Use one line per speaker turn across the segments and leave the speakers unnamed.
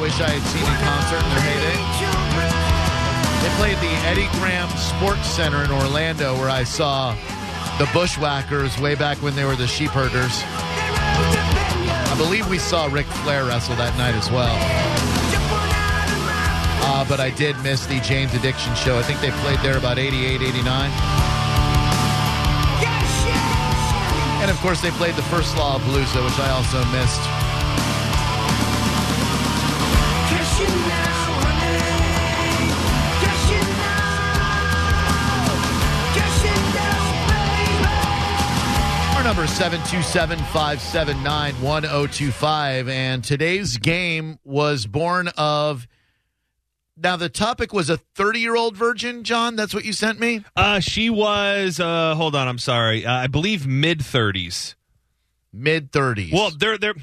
wish I had seen in concert in their heyday. They played the Eddie Graham Sports Center in Orlando where I saw the Bushwhackers way back when they were the Sheepherders. I believe we saw Ric Flair wrestle that night as well. Uh, but I did miss the Jane's Addiction show. I think they played there about 88, 89. And of course, they played the first Law of Bluesa, which I also missed. Our number is 727 579 1025. And today's game was born of. Now, the topic was a 30 year old virgin, John. That's what you sent me?
Uh, she was. Uh, hold on, I'm sorry. Uh, I believe mid thirties.
Mid 30s.
Well, there, there.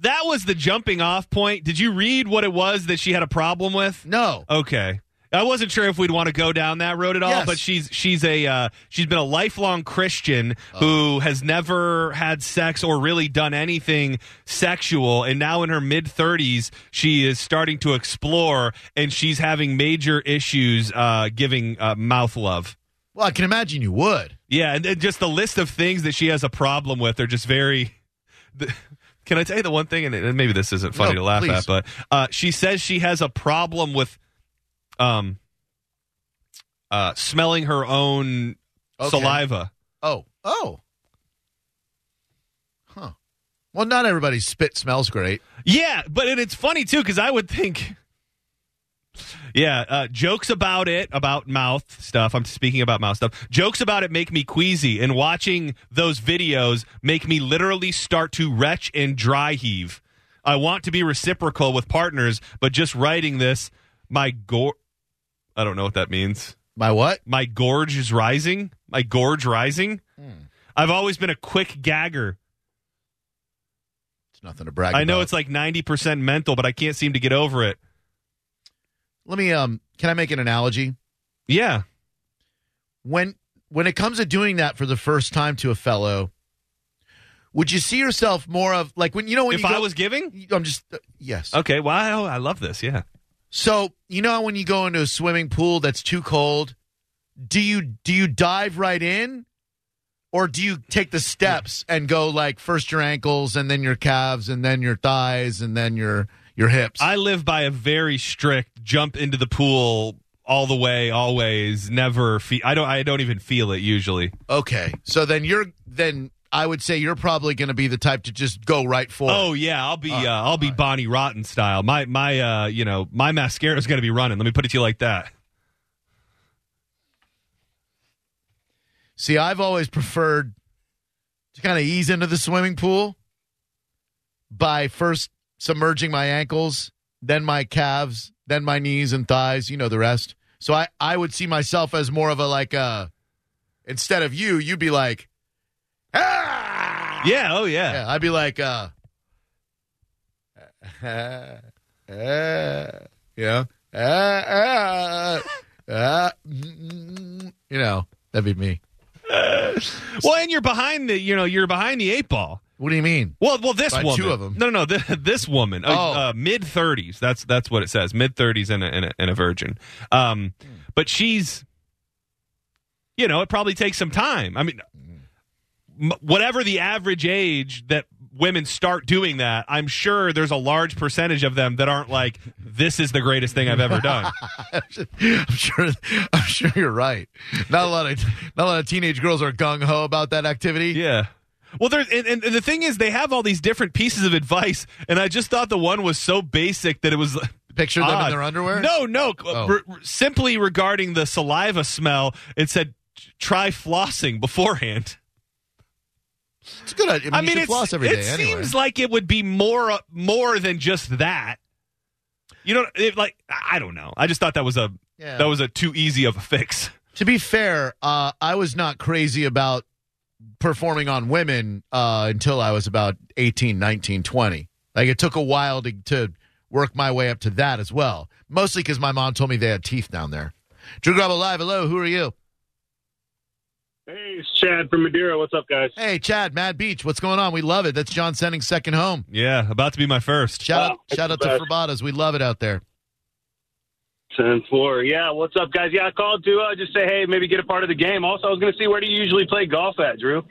That was the jumping off point. Did you read what it was that she had a problem with?
no.
Okay. I wasn't sure if we'd want to go down that road at all,
Yes.
but she's she's a uh, she's been a lifelong Christian who has never had sex or really done anything sexual, and now in her mid thirties she is starting to explore, and she's having major issues uh, giving uh, mouth love.
Well, I can imagine you would.
Yeah, and, and just the list of things that she has a problem with are just very. The, can I tell you the one thing? And, and maybe this isn't funny
No,
to laugh
please.
at, but uh, she says she has a problem with, um, uh, smelling her own
Okay.
saliva.
Oh. Oh. Huh. Well, not everybody's spit smells great.
Yeah, but it, it's funny too because I would think. Yeah, uh, jokes about it, about mouth stuff. I'm speaking about mouth stuff. Jokes about it make me queasy, and watching those videos make me literally start to retch and dry heave. I want to be reciprocal with partners, but just writing this, my gore. I don't know what that means
My what?
my gorge is rising. My gorge rising. I've always been a quick gagger.
It's nothing to brag
I know
about.
it's like 90% mental, but I can't seem to get over it.
Let me um can I make an analogy?
Yeah.
When when it comes to doing that for the first time to a fellow, would you see yourself more of like when you know when
if
you
I
go-
was giving?
I'm just uh, yes.
Okay. Wow. I love this. Yeah.
So, you know when you go into a swimming pool that's too cold, do you do you dive right in or do you take the steps and go like first your ankles and then your calves and then your thighs and then your your hips?
I live by a very strict jump into the pool all the way, always, never feel. I don't, I don't even feel it usually.
okay. So then you're then I would say you're probably going to be the type to just go right for it.
Oh yeah, I'll be uh, I'll be Bonnie Rotten style. My my uh, you know, my mascara is going to be running. Let me put it to you like that.
See, I've always preferred to kind of ease into the swimming pool by first submerging my ankles, then my calves, then my knees and thighs, you know the rest. So I I would see myself as more of a like uh instead of you, you'd be like ah!
Yeah, oh yeah.
Yeah, I'd be like uh uh, uh, yeah. Uh, uh, uh, mm, you know, that'd be me.
Well, and you're behind the, you know, you're behind the eight ball.
What do you mean?
Well, well, this
By two
woman.
of 'em.
No, no, no. This, this woman,
Oh.
uh, uh, mid thirties. That's that's what it says. Mid thirties and a, and, a, and a virgin. Um, but she's, you know, it probably takes some time. I mean, m- whatever the average age that women start doing that, I'm sure there's a large percentage of them that aren't like, this is the greatest thing I've ever done.
I'm sure. I'm sure you're right. Not a lot of not a lot of teenage girls are gung ho about that activity.
Yeah. Well, there's and, and and the thing is, they have all these different pieces of advice, and I just thought the one was so basic that it was.
Picture them in
odd.
their underwear.
No, no.
Oh.
re- re- simply regarding the saliva smell, it said try flossing beforehand.
it's a good. idea. I mean,
I
you
mean,
should
it's,
floss every
it
day. anyway.
seems like it would be more uh, more than just that. You know, it, like I I don't know. I just thought that was a
Yeah.
that was a too easy of a fix.
to be fair, uh, I was not crazy about performing on women uh, until I was about 18, 19, 20. Like it took a while to, to work my way up to that as well. Mostly because my mom told me they had teeth down there. Drew Grubble live. Hello, who are you?
Hey, it's Chad from Madeira. What's up, guys?
Hey, Chad, Mad Beach, what's going on? We love it. That's John Senning's second home.
Yeah, about to be my first.
Shout
Wow,
out,
it's
shout
the
out to
best.
Ferbatas. We love it out there.
Ten four. Yeah, what's up, guys? Yeah, I called to uh, just say, hey, maybe get a part of the game. Also, I was going to see where do you usually play golf at, Drew?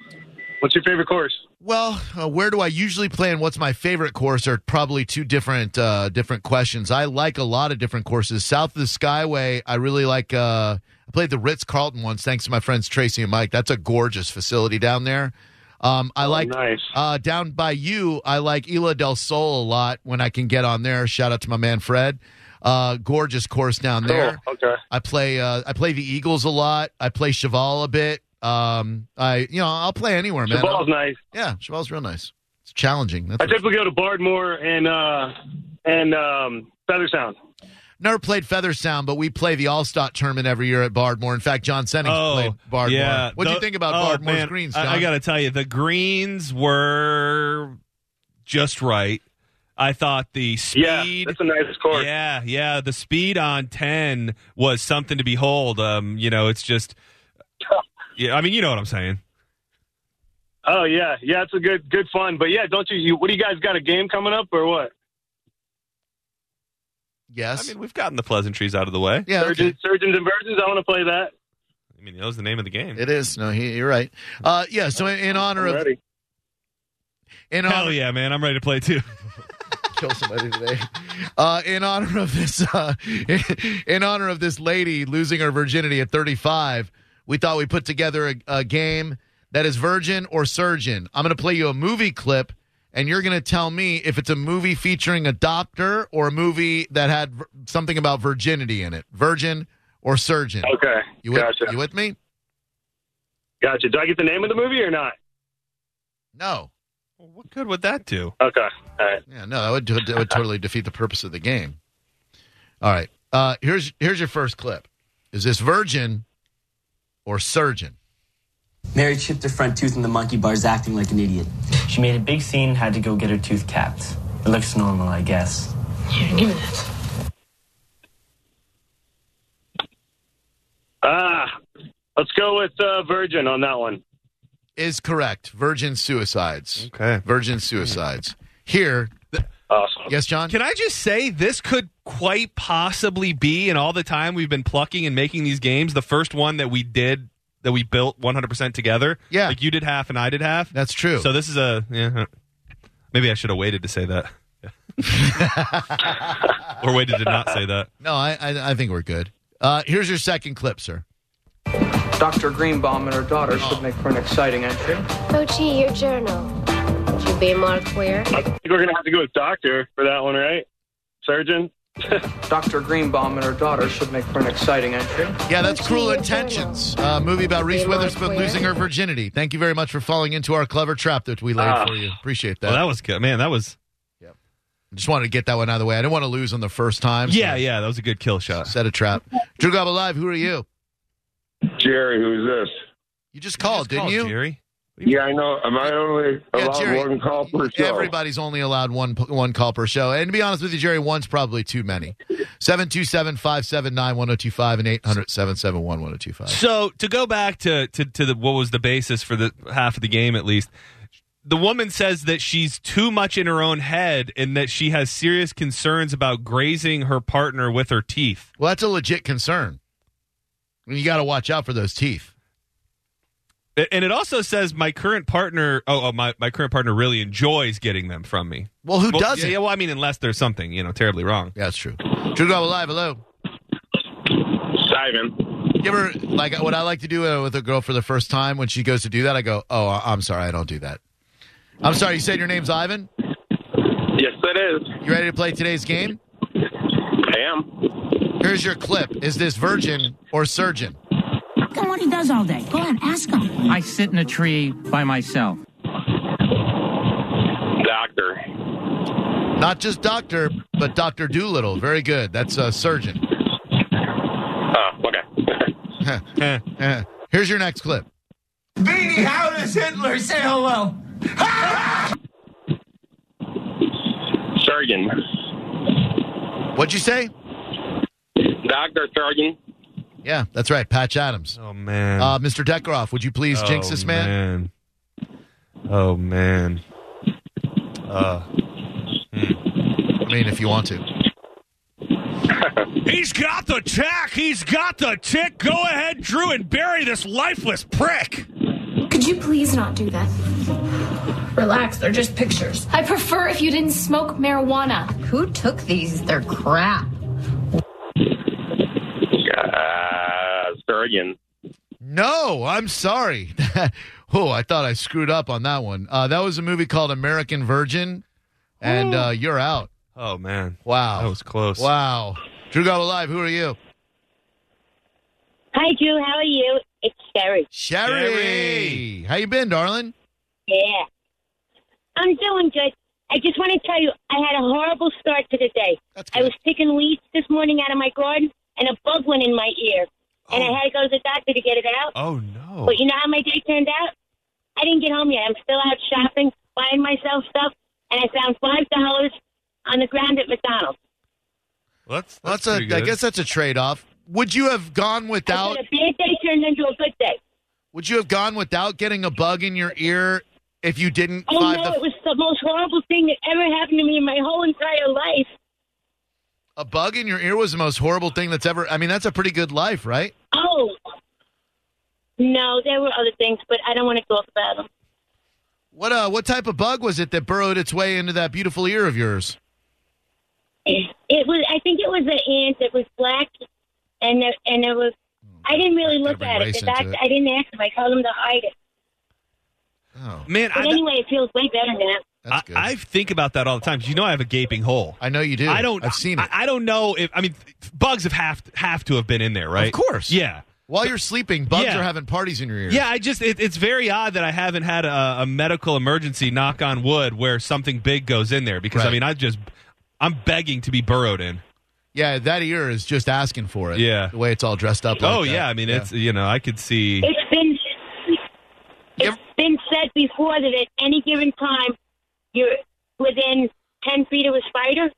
What's your favorite course?
Well, uh, where do I usually play, and what's my favorite course? Are probably two different uh, different questions. I like a lot of different courses. South of the Skyway, I really like. Uh, I played the Ritz Carlton once, thanks to my friends Tracy and Mike. That's a gorgeous facility down there. Um, I like
Oh, nice.
uh, down by you. I like Isla del Sol a lot when I can get on there. Shout out to my man Fred. Uh, gorgeous course down there.
Cool. Oh, Okay.
I play uh, I play the Eagles a lot. I play Cheval a bit. Um, I you know I'll play anywhere, man.
Cheval's nice.
Yeah, Cheval's real nice. It's challenging. That's
I
what-
typically go to Bardmore and uh, and um, Feather Sound.
Never played Feather Sound, but we play the Allstott tournament every year at Bardmore. In fact, John Sennings played Bardmore.
Oh, yeah.
what do you
The-
think about
oh,
Bardmore's
man,
greens, John?
I, I got to tell you, the greens were just right. I thought the
Yeah,
speed.
that's a nice course.
Yeah, yeah. The speed on ten was something to behold. Um, you know, it's just. Yeah, I mean, you know what I'm saying.
Oh yeah, yeah, it's a good good fun. But yeah, don't you, you? What do you guys got a game coming up or what?
I
yes.
mean, we've gotten the pleasantries out of the way.
yeah. okay.
Surgeons, surgeons and virgins. I want to play that.
I mean, that was the name of the game.
It is. No, he, you're right. Uh, yeah. So in, in honor of
I'm ready.
in honor
Hell yeah, man! I'm ready to play too.
kill somebody today. Uh, in honor of this, uh, in honor of this lady losing her virginity at 35, we thought we put together a, a game that is virgin or surgeon. I'm going to play you a movie clip, and you're going to tell me if it's a movie featuring a doctor or a movie that had v- something about virginity in it. Virgin or surgeon.
Okay,
You with,
gotcha,
you with me?
gotcha. Do I get the name of the movie or not?
No.
what good would that do?
Okay, all right.
Yeah, no, that would, that would totally defeat the purpose of the game. All right. Uh, here's here's your first clip. Is this virgin or surgeon?
Mary chipped her front tooth in the monkey bars, acting like an idiot.
She made a big scene, had to go get her tooth capped. It looks normal, I guess.
Ah, let's go with uh, Virgin on that one.
Is correct. Virgin suicides.
Okay.
Virgin suicides. Here,
Awesome.
yes, John.
Can I just say this could quite possibly be, and all the time we've been plucking and making these games, the first one that we did that we built 100% together.
Yeah.
like you did half and I did half.
That's true.
So this is a yeah. Maybe I should have waited to say that, or waited to not say that.
no, I, I I think we're good. Uh, here's your second clip, sir.
Dr. Greenbaum and her daughter should make for an exciting entry.
Oh, gee, your journal. Would you be more queer?
I think we're gonna have to go with Doctor for that one, right? Surgeon.
Dr. Greenbaum and her daughter should make for an exciting entry.
Yeah, that's
Virgin
Cruel
Eternal.
Intentions, a movie about Reese
They were
Witherspoon
queer.
losing her virginity. Thank you very much for falling into our clever trap that we laid
Ah.
for you. Appreciate that.
Well, that was good, man. That was
Just wanted to get that one out of the way. I didn't want to lose on the first time. so-
yeah, yeah. That was a good kill shot.
Set a trap. Drew Gobble Live, who are you?
Jerry, who's this?
You just called,
Just
didn't
called,
you?
Jerry.
Yeah, I know. Am I only
Yeah,
allowed
Jerry.
one call per show?
Everybody's only allowed one one call per show. And to be honest with you, Jerry, one's probably too many. 727 579 1025 and 800 771 1025.
So to go back to, to to the what was the basis for the half of the game at least. The woman says that she's too much in her own head and that she has serious concerns about grazing her partner with her teeth.
Well, that's a legit concern. I mean, you got to watch out for those teeth.
A- And it also says my current partner oh, oh my, my current partner really enjoys getting them from me.
Well, who
Well,
doesn't?
Yeah, well, I mean unless there's something, you know, terribly wrong.
Yeah, that's true. Drew Gobble Live, hello.
Simon.
You ever, like, what I like to do uh, with a girl for the first time when she goes to do that, I go, oh, I- I'm sorry, I don't do that. I'm sorry, you said your name's Ivan?
Yes, it is.
You ready to play today's game?
I am.
Here's your clip. Is this virgin or surgeon?
Tell him what he does all day. Go ahead, ask him.
I sit in a tree by myself.
Doctor.
Not just doctor, but Dr. Doolittle. Very good. That's a surgeon.
Oh, okay.
Eh.
Uh, Here's your next clip.
Beanie, how does Hitler say hello?
Surgeon.
What'd you say?
Doctor Surgeon.
Yeah, that's right. Patch Adams.
Oh man.
Uh, Mr. Deckeroff, would you please
Oh,
jinx this man?
man. Oh man. Uh,
I mean, if you want to.
He's got the tack. He's got the tick. Go ahead, Drew, and bury this lifeless prick.
Could you please not do that?
Relax, they're just pictures.
I prefer if you didn't smoke marijuana.
Who took these? They're crap.
Uh, Sturgeon.
No, I'm sorry. oh, I thought I screwed up on that one. Uh, that was a movie called American Virgin, and uh, you're out.
Oh man.
Wow.
That was close.
Wow. Drew Gobble Live, who are you?
Hi, Drew. How are you? It's Sherry.
Sherry.
Sherry.
How you been, darling?
Yeah. I'm doing good. I just want to tell you, I had a horrible start to the day.
That's
I was picking weeds this morning out of my garden, and a bug went in my ear. And
Oh.
I had to go to the doctor to get it out.
Oh no.
But you know how my day turned out? I didn't get home yet. I'm still out shopping, buying myself stuff, and I found $5 on the ground at McDonald's.
Well, that's
Well,
that's,
that's a.
pretty
I
good.
guess that's a trade-off. Would you have gone
I
without?
said a bad day turned into a good day.
Would you have gone without getting a bug in your ear if you didn't
Oh
find
no,
the,
it was the most horrible thing that ever happened to me in my whole entire life.
a bug in your ear was the most horrible thing that's ever? I mean, that's a pretty good life, right?
Oh. No, there were other things, but I don't want to talk about them.
What uh, what type of bug was it that burrowed its way into that beautiful ear of yours?
It was. I think it was an ant that was black, and there, and there was. I didn't really
I've
look
been
at it. The
racing
doctor,
to it.
I didn't ask him. I told him to hide it.
Oh,
man.
But
I,
anyway, it feels way better now.
that's good.
I, I think about that all the time. 'cause You know, I have a gaping hole.
I know you do.
I don't.
I've seen
I,
it.
I don't know if. I mean, bugs have have have to have been in there, right?
Of course.
Yeah.
While you're sleeping, bugs
Yeah.
are having parties in your ear.
Yeah, I just it, it's very odd that I haven't had a, a medical emergency, knock on wood, where something big goes in there because I
Right.
mean I just I'm begging to be burrowed in.
yeah. That ear is just asking for it.
Yeah.
the way it's all dressed up. like
oh
that.
yeah, I mean it's you know I could see
It's been. It's
Yep.
been said before that at any given time, you're within ten feet of a spider,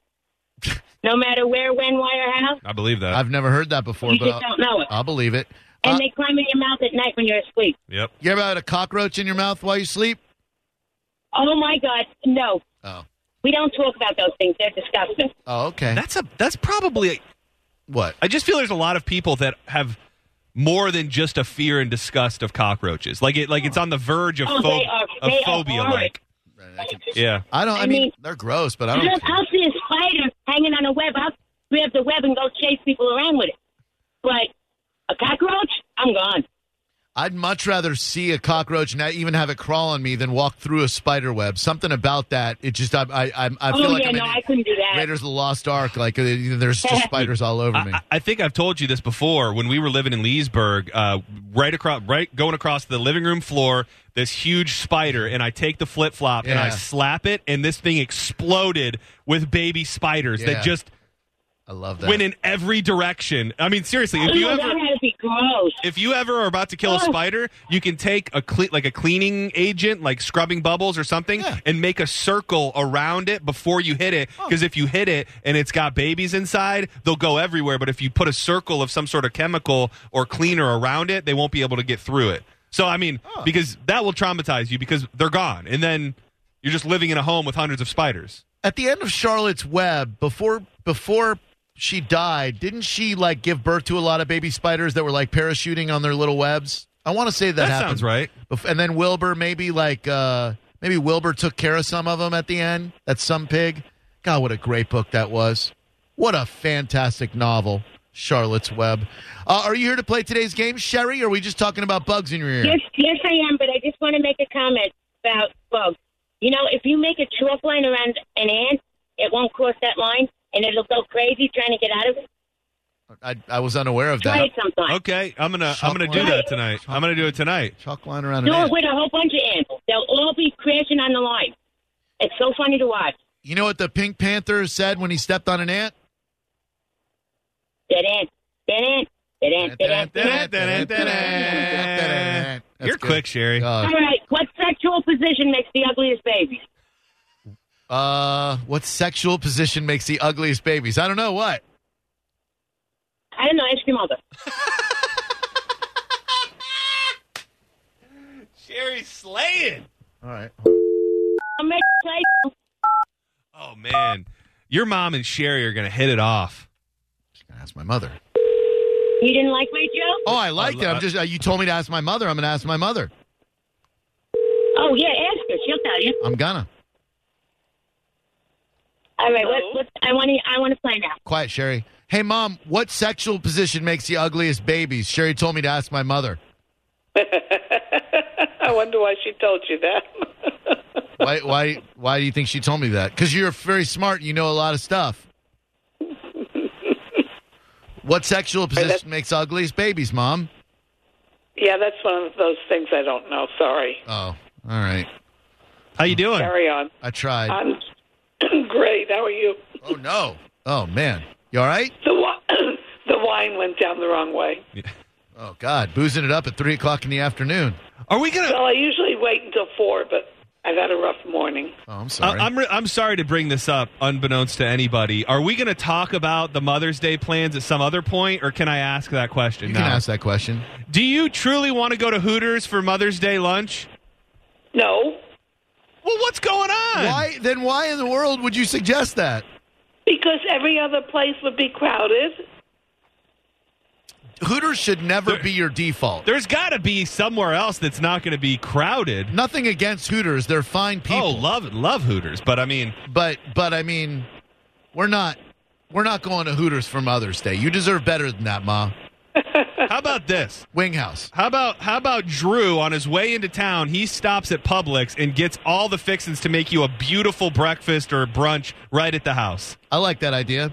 no matter where, when, why, or how.
I believe that.
I've never heard that before,
You
but
just
I'll,
don't know it,
I'll believe it.
and
Uh,
they climb in your mouth at night when you're asleep.
yep.
you ever had a cockroach in your mouth while you sleep?
Oh my God, no.
Oh,
We don't talk about those things. They're disgusting.
oh, okay.
That's a that's probably
what?
I just feel there's a lot of people that have more than just a fear and disgust of cockroaches. Like it like it's on the verge of,
Oh,
pho-
they are-
of
they are
phobia
horrid.
like. Yeah.
I don't. I,
I
mean,
mean-
they're gross, but I don't.
Look, I'll see a spider hanging on a web. I'll grab the web and go chase people around with it. But a cockroach, I'm gone.
I'd much rather see a cockroach and not even have it crawl on me than walk through a spider web. Something about that. It just. I. I. I, I feel
oh
like
yeah,
I'm
no,
in
I couldn't do that.
Raiders of the Lost Ark. Like uh, there's just spiders all over me.
I, I think I've told you this before. When we were living in Leesburg, uh, right across, right going across the living room floor, this huge spider, and I take the flip flop and I
Yeah.
slap it, and this thing exploded with baby spiders
Yeah.
that just
I love that.
went in every direction. I mean, seriously,
Oh,
if you
no, that
ever.
had to be gross.
If you ever are about to kill a
Oh.
spider, you can take a cle- like a cleaning agent, like scrubbing bubbles or something,
Yeah.
and make a circle around it before you hit it. Because if you hit it and it's got babies inside, they'll go everywhere. But if you put a circle of some sort of chemical or cleaner around it, they won't be able to get through it. So I mean, because that will traumatize you because they're gone, and then you're just living in a home with hundreds of spiders.
at the end of Charlotte's Web, before before she died, didn't she like give birth to a lot of baby spiders that were like parachuting on their little webs? I want to say that,
That
happened.
sounds right.
Bef- And then Wilbur, maybe like uh maybe Wilbur took care of some of them at the end. That's some pig. God, what a great book that was! What a fantastic novel, Charlotte's Web. Uh, are you here to play today's game, Sherry? Or are we just talking about bugs in your ear?
Yes, yes, I am. But I just want to make a comment about bugs. You know, if you make a chalk line around an ant, it won't cross that line, and it'll go crazy trying to get out of it.
I, I was unaware of
Try
that.
it sometime.
Okay, I'm gonna I'm gonna do
Chalk
line.
that tonight. I'm gonna do it tonight.
Chalk line around an
Do
ant.
it with a whole bunch of ants. They'll all be crashing on the line. It's so funny to watch.
You know what the Pink Panther said when he stepped on an ant?
That ant, that ant, that ant, that ant.
Uh.
That's
You're
good.
quick, Sherry.
Uh,
All right, what sexual position makes the ugliest babies?
uh, what sexual position makes the ugliest babies? I don't know what.
I don't know. Ask your mother.
Sherry's slaying.
All right.
I'll make you play.
Oh man, your mom and Sherry are gonna hit it off.
Just gonna ask my mother.
You didn't like my joke?
Oh, I liked it.
lo-
I'm just. Uh, you told me to ask my mother. I'm gonna ask my mother.
Oh yeah, ask her. She'll tell you.
I'm gonna.
All right. What, what, I want to. I want to play now.
Quiet, Sherry. Hey, mom. What sexual position makes the ugliest babies? Sherry told me to ask my mother.
I wonder why she told you that.
Why? Why? Why do you think she told me that? Because you're very smart. and You know a lot of stuff. What sexual position makes the ugliest babies, mom?
yeah, that's one of those things I don't know. Sorry.
Oh, all right.
How you doing?
Carry on.
I tried.
I'm great. How are you?
oh no. Oh man. You all right?
The wi- the wine went down the wrong way.
Oh God, boozing it up at three o'clock in the afternoon.
Are we gonna?
Well, I usually wait until four, but I've had a rough morning.
Oh, I'm
I-
sorry.
I'm re- I'm sorry to bring this up, unbeknownst to anybody. Are we going to talk about the Mother's Day plans at some other point, or can I ask that question
you
now?
can ask that question.
Do you truly want to go to Hooters for Mother's Day lunch?
No,
Well, what's going on?
Why then? Why in the world would you suggest that?
because every other place would be crowded.
Hooters should never
There-
be your default.
There's got to be somewhere else that's not going to be crowded.
Nothing against Hooters; they're fine
Oh,
people.
love love Hooters, but I mean,
but but I mean, we're not we're not going to Hooters for Mother's Day. You deserve better than that, Ma.
how about this?
Winghouse.
How about how about Drew on his way into town? He stops at Publix and gets all the fixings to make you a beautiful breakfast or brunch right at the house.
I like that idea.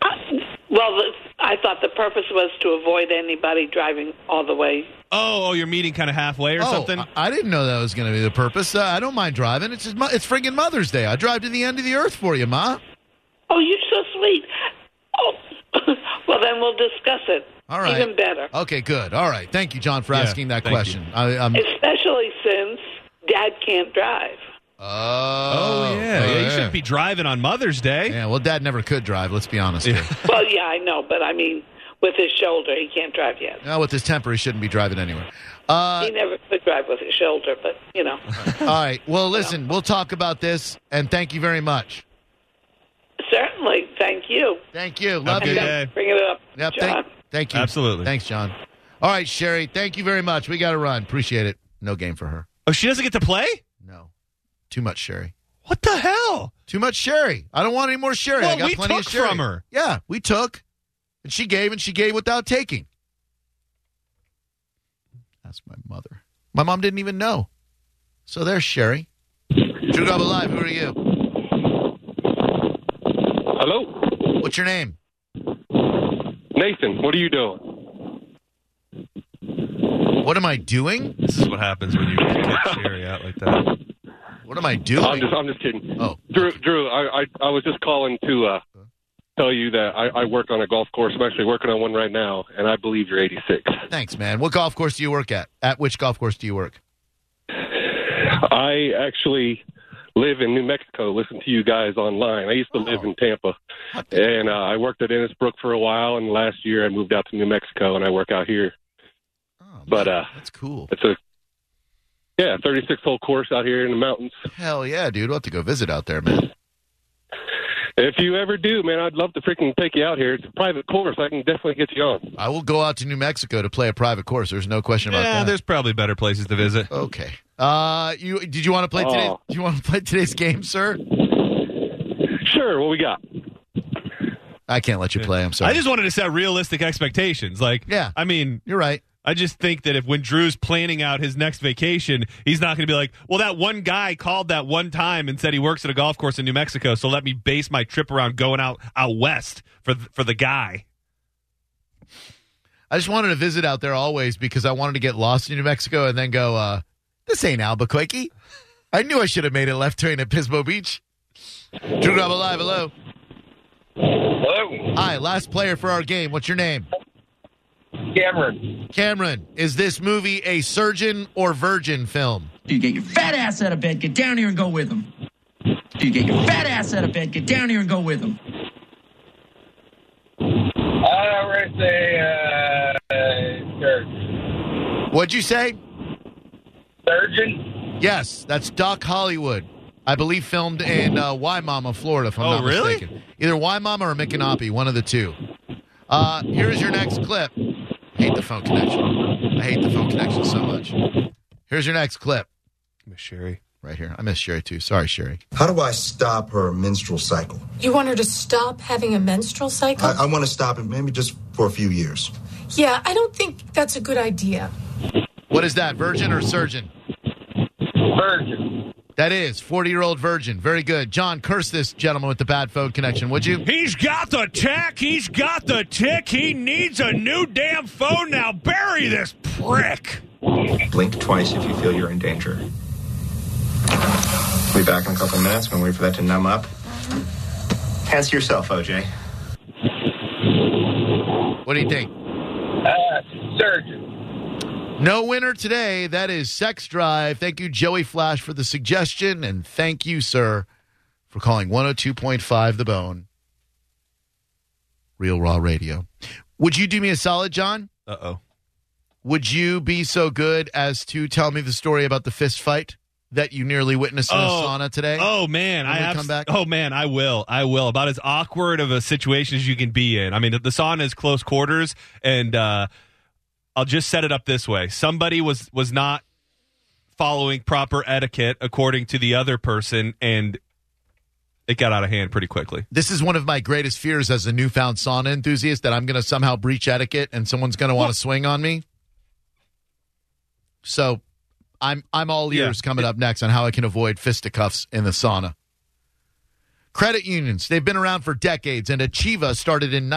Uh,
I, well, the, I thought the purpose was to avoid anybody driving all the way.
Oh, oh, you're meeting kind of halfway or
oh,
something.
I, I didn't know that was going to be the purpose. Uh, I don't mind driving. It's just, mo- it's friggin' Mother's Day. I drive to the end of the earth for you, Ma.
Oh, you're so sweet. Oh, well then we'll discuss it.
All right.
Even better.
Okay, good. All right. Thank you, John, for
Yeah,
asking that
thank
question. I,
Uh,
I'm,
Especially since Dad can't drive.
oh,
oh, yeah, yeah. You shouldn't be driving on Mother's Day.
Yeah, well, Dad never could drive. Let's be honest here.
Well, yeah, I know, but I mean, with his shoulder, he can't drive yet.
now with his temper, he shouldn't be driving anywhere. Uh,
He never could drive with his shoulder, but you know.
all right. Well, listen, we'll talk about this, and thank you very much.
Certainly, thank you.
Thank you. Love
Okay.
you.
And
Yeah.
thanks for bringing it up,
Yep,
John.
thank, thank you.
Absolutely.
Thanks, John. All right, Sherry. Thank you very much. We got to run. Appreciate it. No game for her.
Oh, she doesn't get to play?
No. Too much Sherry.
What the hell?
Too much Sherry. I don't want any more Sherry.
Well,
I got
we
plenty
took
of Sherry.
from her.
Yeah, we took. And she gave and she gave without taking. That's my mother. My mom didn't even know. So there's Sherry. Drew Gob Alive, who are you?
Hello,
What's your name?
Nathan. What are you doing?
What am I doing?
This is what happens when you catch Sherry out like that.
What am I
I'm
doing?
just, I'm just kidding.
Oh.
Drew, Drew, I, I, I was just calling to uh, tell you that I, I work on a golf course. I'm actually working on one right now, and I believe you're 86.
Thanks, man. What golf course do you work at? At which golf course do you work?
I actually live in New Mexico. Listen to you guys online. I used to live in Tampa, and uh, I worked at Innisbrook for a while. And last year, I moved out to New Mexico, and I work out here.
Oh,
But,
man,
uh,
that's cool.
It's a yeah, 36 hole course out here in the mountains.
Hell yeah, dude. We'll have to go visit out there, man.
If you ever do, man, I'd love to freaking take you out here. It's a private course. I can definitely get you on.
I will go out to New Mexico to play a private course. There's no question about
Yeah,
that.
there's probably better places to visit.
Okay. Uh, you did you want to play today?
Oh.
Do you want to play today's game, sir?
Sure. What we got?
I can't let you play. I'm sorry.
I just wanted to set realistic expectations. Like,
Yeah.
I mean,
You're right.
I just think that if when Drew's planning out his next vacation, he's not going to be like, well, that one guy called that one time and said he works at a golf course in New Mexico, so let me base my trip around going out out west for th- for the guy.
I just wanted to visit out there always because I wanted to get lost in New Mexico and then go. uh This ain't Albuquerque. I knew I should have made a left turn at Pismo Beach. Drew Grab Alive, hello.
Hello,
Hi, last player for our game. What's your name?
Cameron.
Cameron. Is this movie a surgeon or virgin film?
You get your fat ass out of bed, get down here and go with him. You get your fat ass out of bed, get down here and go with him.
gonna say uh, Dirk.
What'd you say?
Surgeon.
Yes, that's Doc Hollywood. I believe filmed in uh, Waimama, Florida, if I'm
Oh,
not
really?
mistaken. Either Waimama or Micanopy, one of the two. Uh, here's your next clip. hate the phone connection. I hate the phone connection so much. Here's your next clip.
Miss Sherry.
Right here. I miss Sherry too. Sorry, Sherry.
How do I stop her menstrual cycle?
You want her to stop having a menstrual cycle?
I, I want to stop it maybe just for a few years.
yeah, I don't think that's a good idea.
What is that, virgin or surgeon? Virgin. That is 40 year old virgin. Very good. John, curse this gentleman with the bad phone connection, would you?
He's got the tack. He's got the tick. He needs a new damn phone now. Bury this prick.
Blink twice if you feel you're in danger. We'll be back in a couple minutes. We'll wait for that to numb up. Hands to yourself, OJ.
What do you think?
Uh, surgeon.
No winner today. That is Sex Drive. Thank you, Joey Flash, for the suggestion. And thank you, sir, for calling 102.5 The Bone, Real Raw Radio. Would you do me a solid, John?
Uh oh.
Would you be so good as to tell me the story about the fist fight that you nearly witnessed in a sauna today?
Oh man,
When
I
we
have
come back.
Oh man, I will. I will. About as awkward of a situation as you can be in. I mean, the, the sauna is close quarters, and uh, I'll just set it up this way: somebody was was not following proper etiquette according to the other person, and it got out of hand pretty quickly.
This is one of my greatest fears as a newfound sauna enthusiast that I'm going to somehow breach etiquette and someone's going to want to swing on me. So, I'm I'm all ears coming up next on how I can avoid fisticuffs in the sauna. Credit unions, they've been around for decades and Achieva started in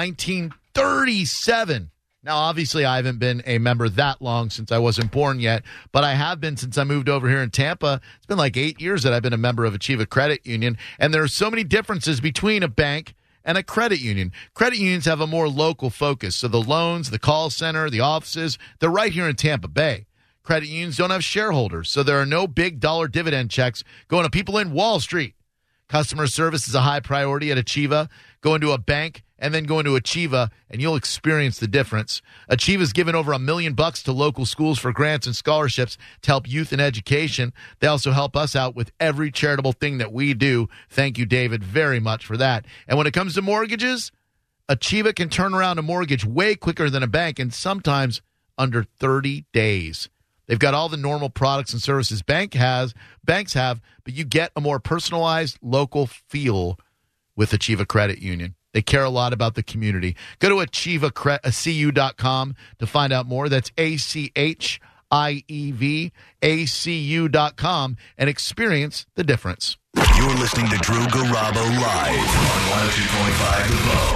1937. Now, obviously, I haven't been a member that long since I wasn't born yet, but I have been since I moved over here in Tampa. It's been like eight years that I've been a member of Achieva Credit Union, and there are so many differences between a bank and a credit union. Credit unions have a more local focus, so the loans, the call center, the offices, they're right here in Tampa Bay. Credit unions don't have shareholders, so there are no big dollar dividend checks going to people in Wall Street. Customer service is a high priority at Achieva. Go into a bank and then go into Achieva, and you'll experience the difference. Achieva's given over a million bucks to local schools for grants and scholarships to help youth in education. They also help us out with every charitable thing that we do. Thank you, David, very much for that. And when it comes to mortgages, Achieva can turn around a mortgage way quicker than a bank and sometimes under 30 days. They've got all the normal products and services bank has, banks have, but you get a more personalized local feel with Achieva Credit Union. They care a lot about the community. Go to achievaccu.com to find out more. That's A C H I E V A C U.com and experience the difference.
You're listening to Drew Garabo live on 102.5 The Bone.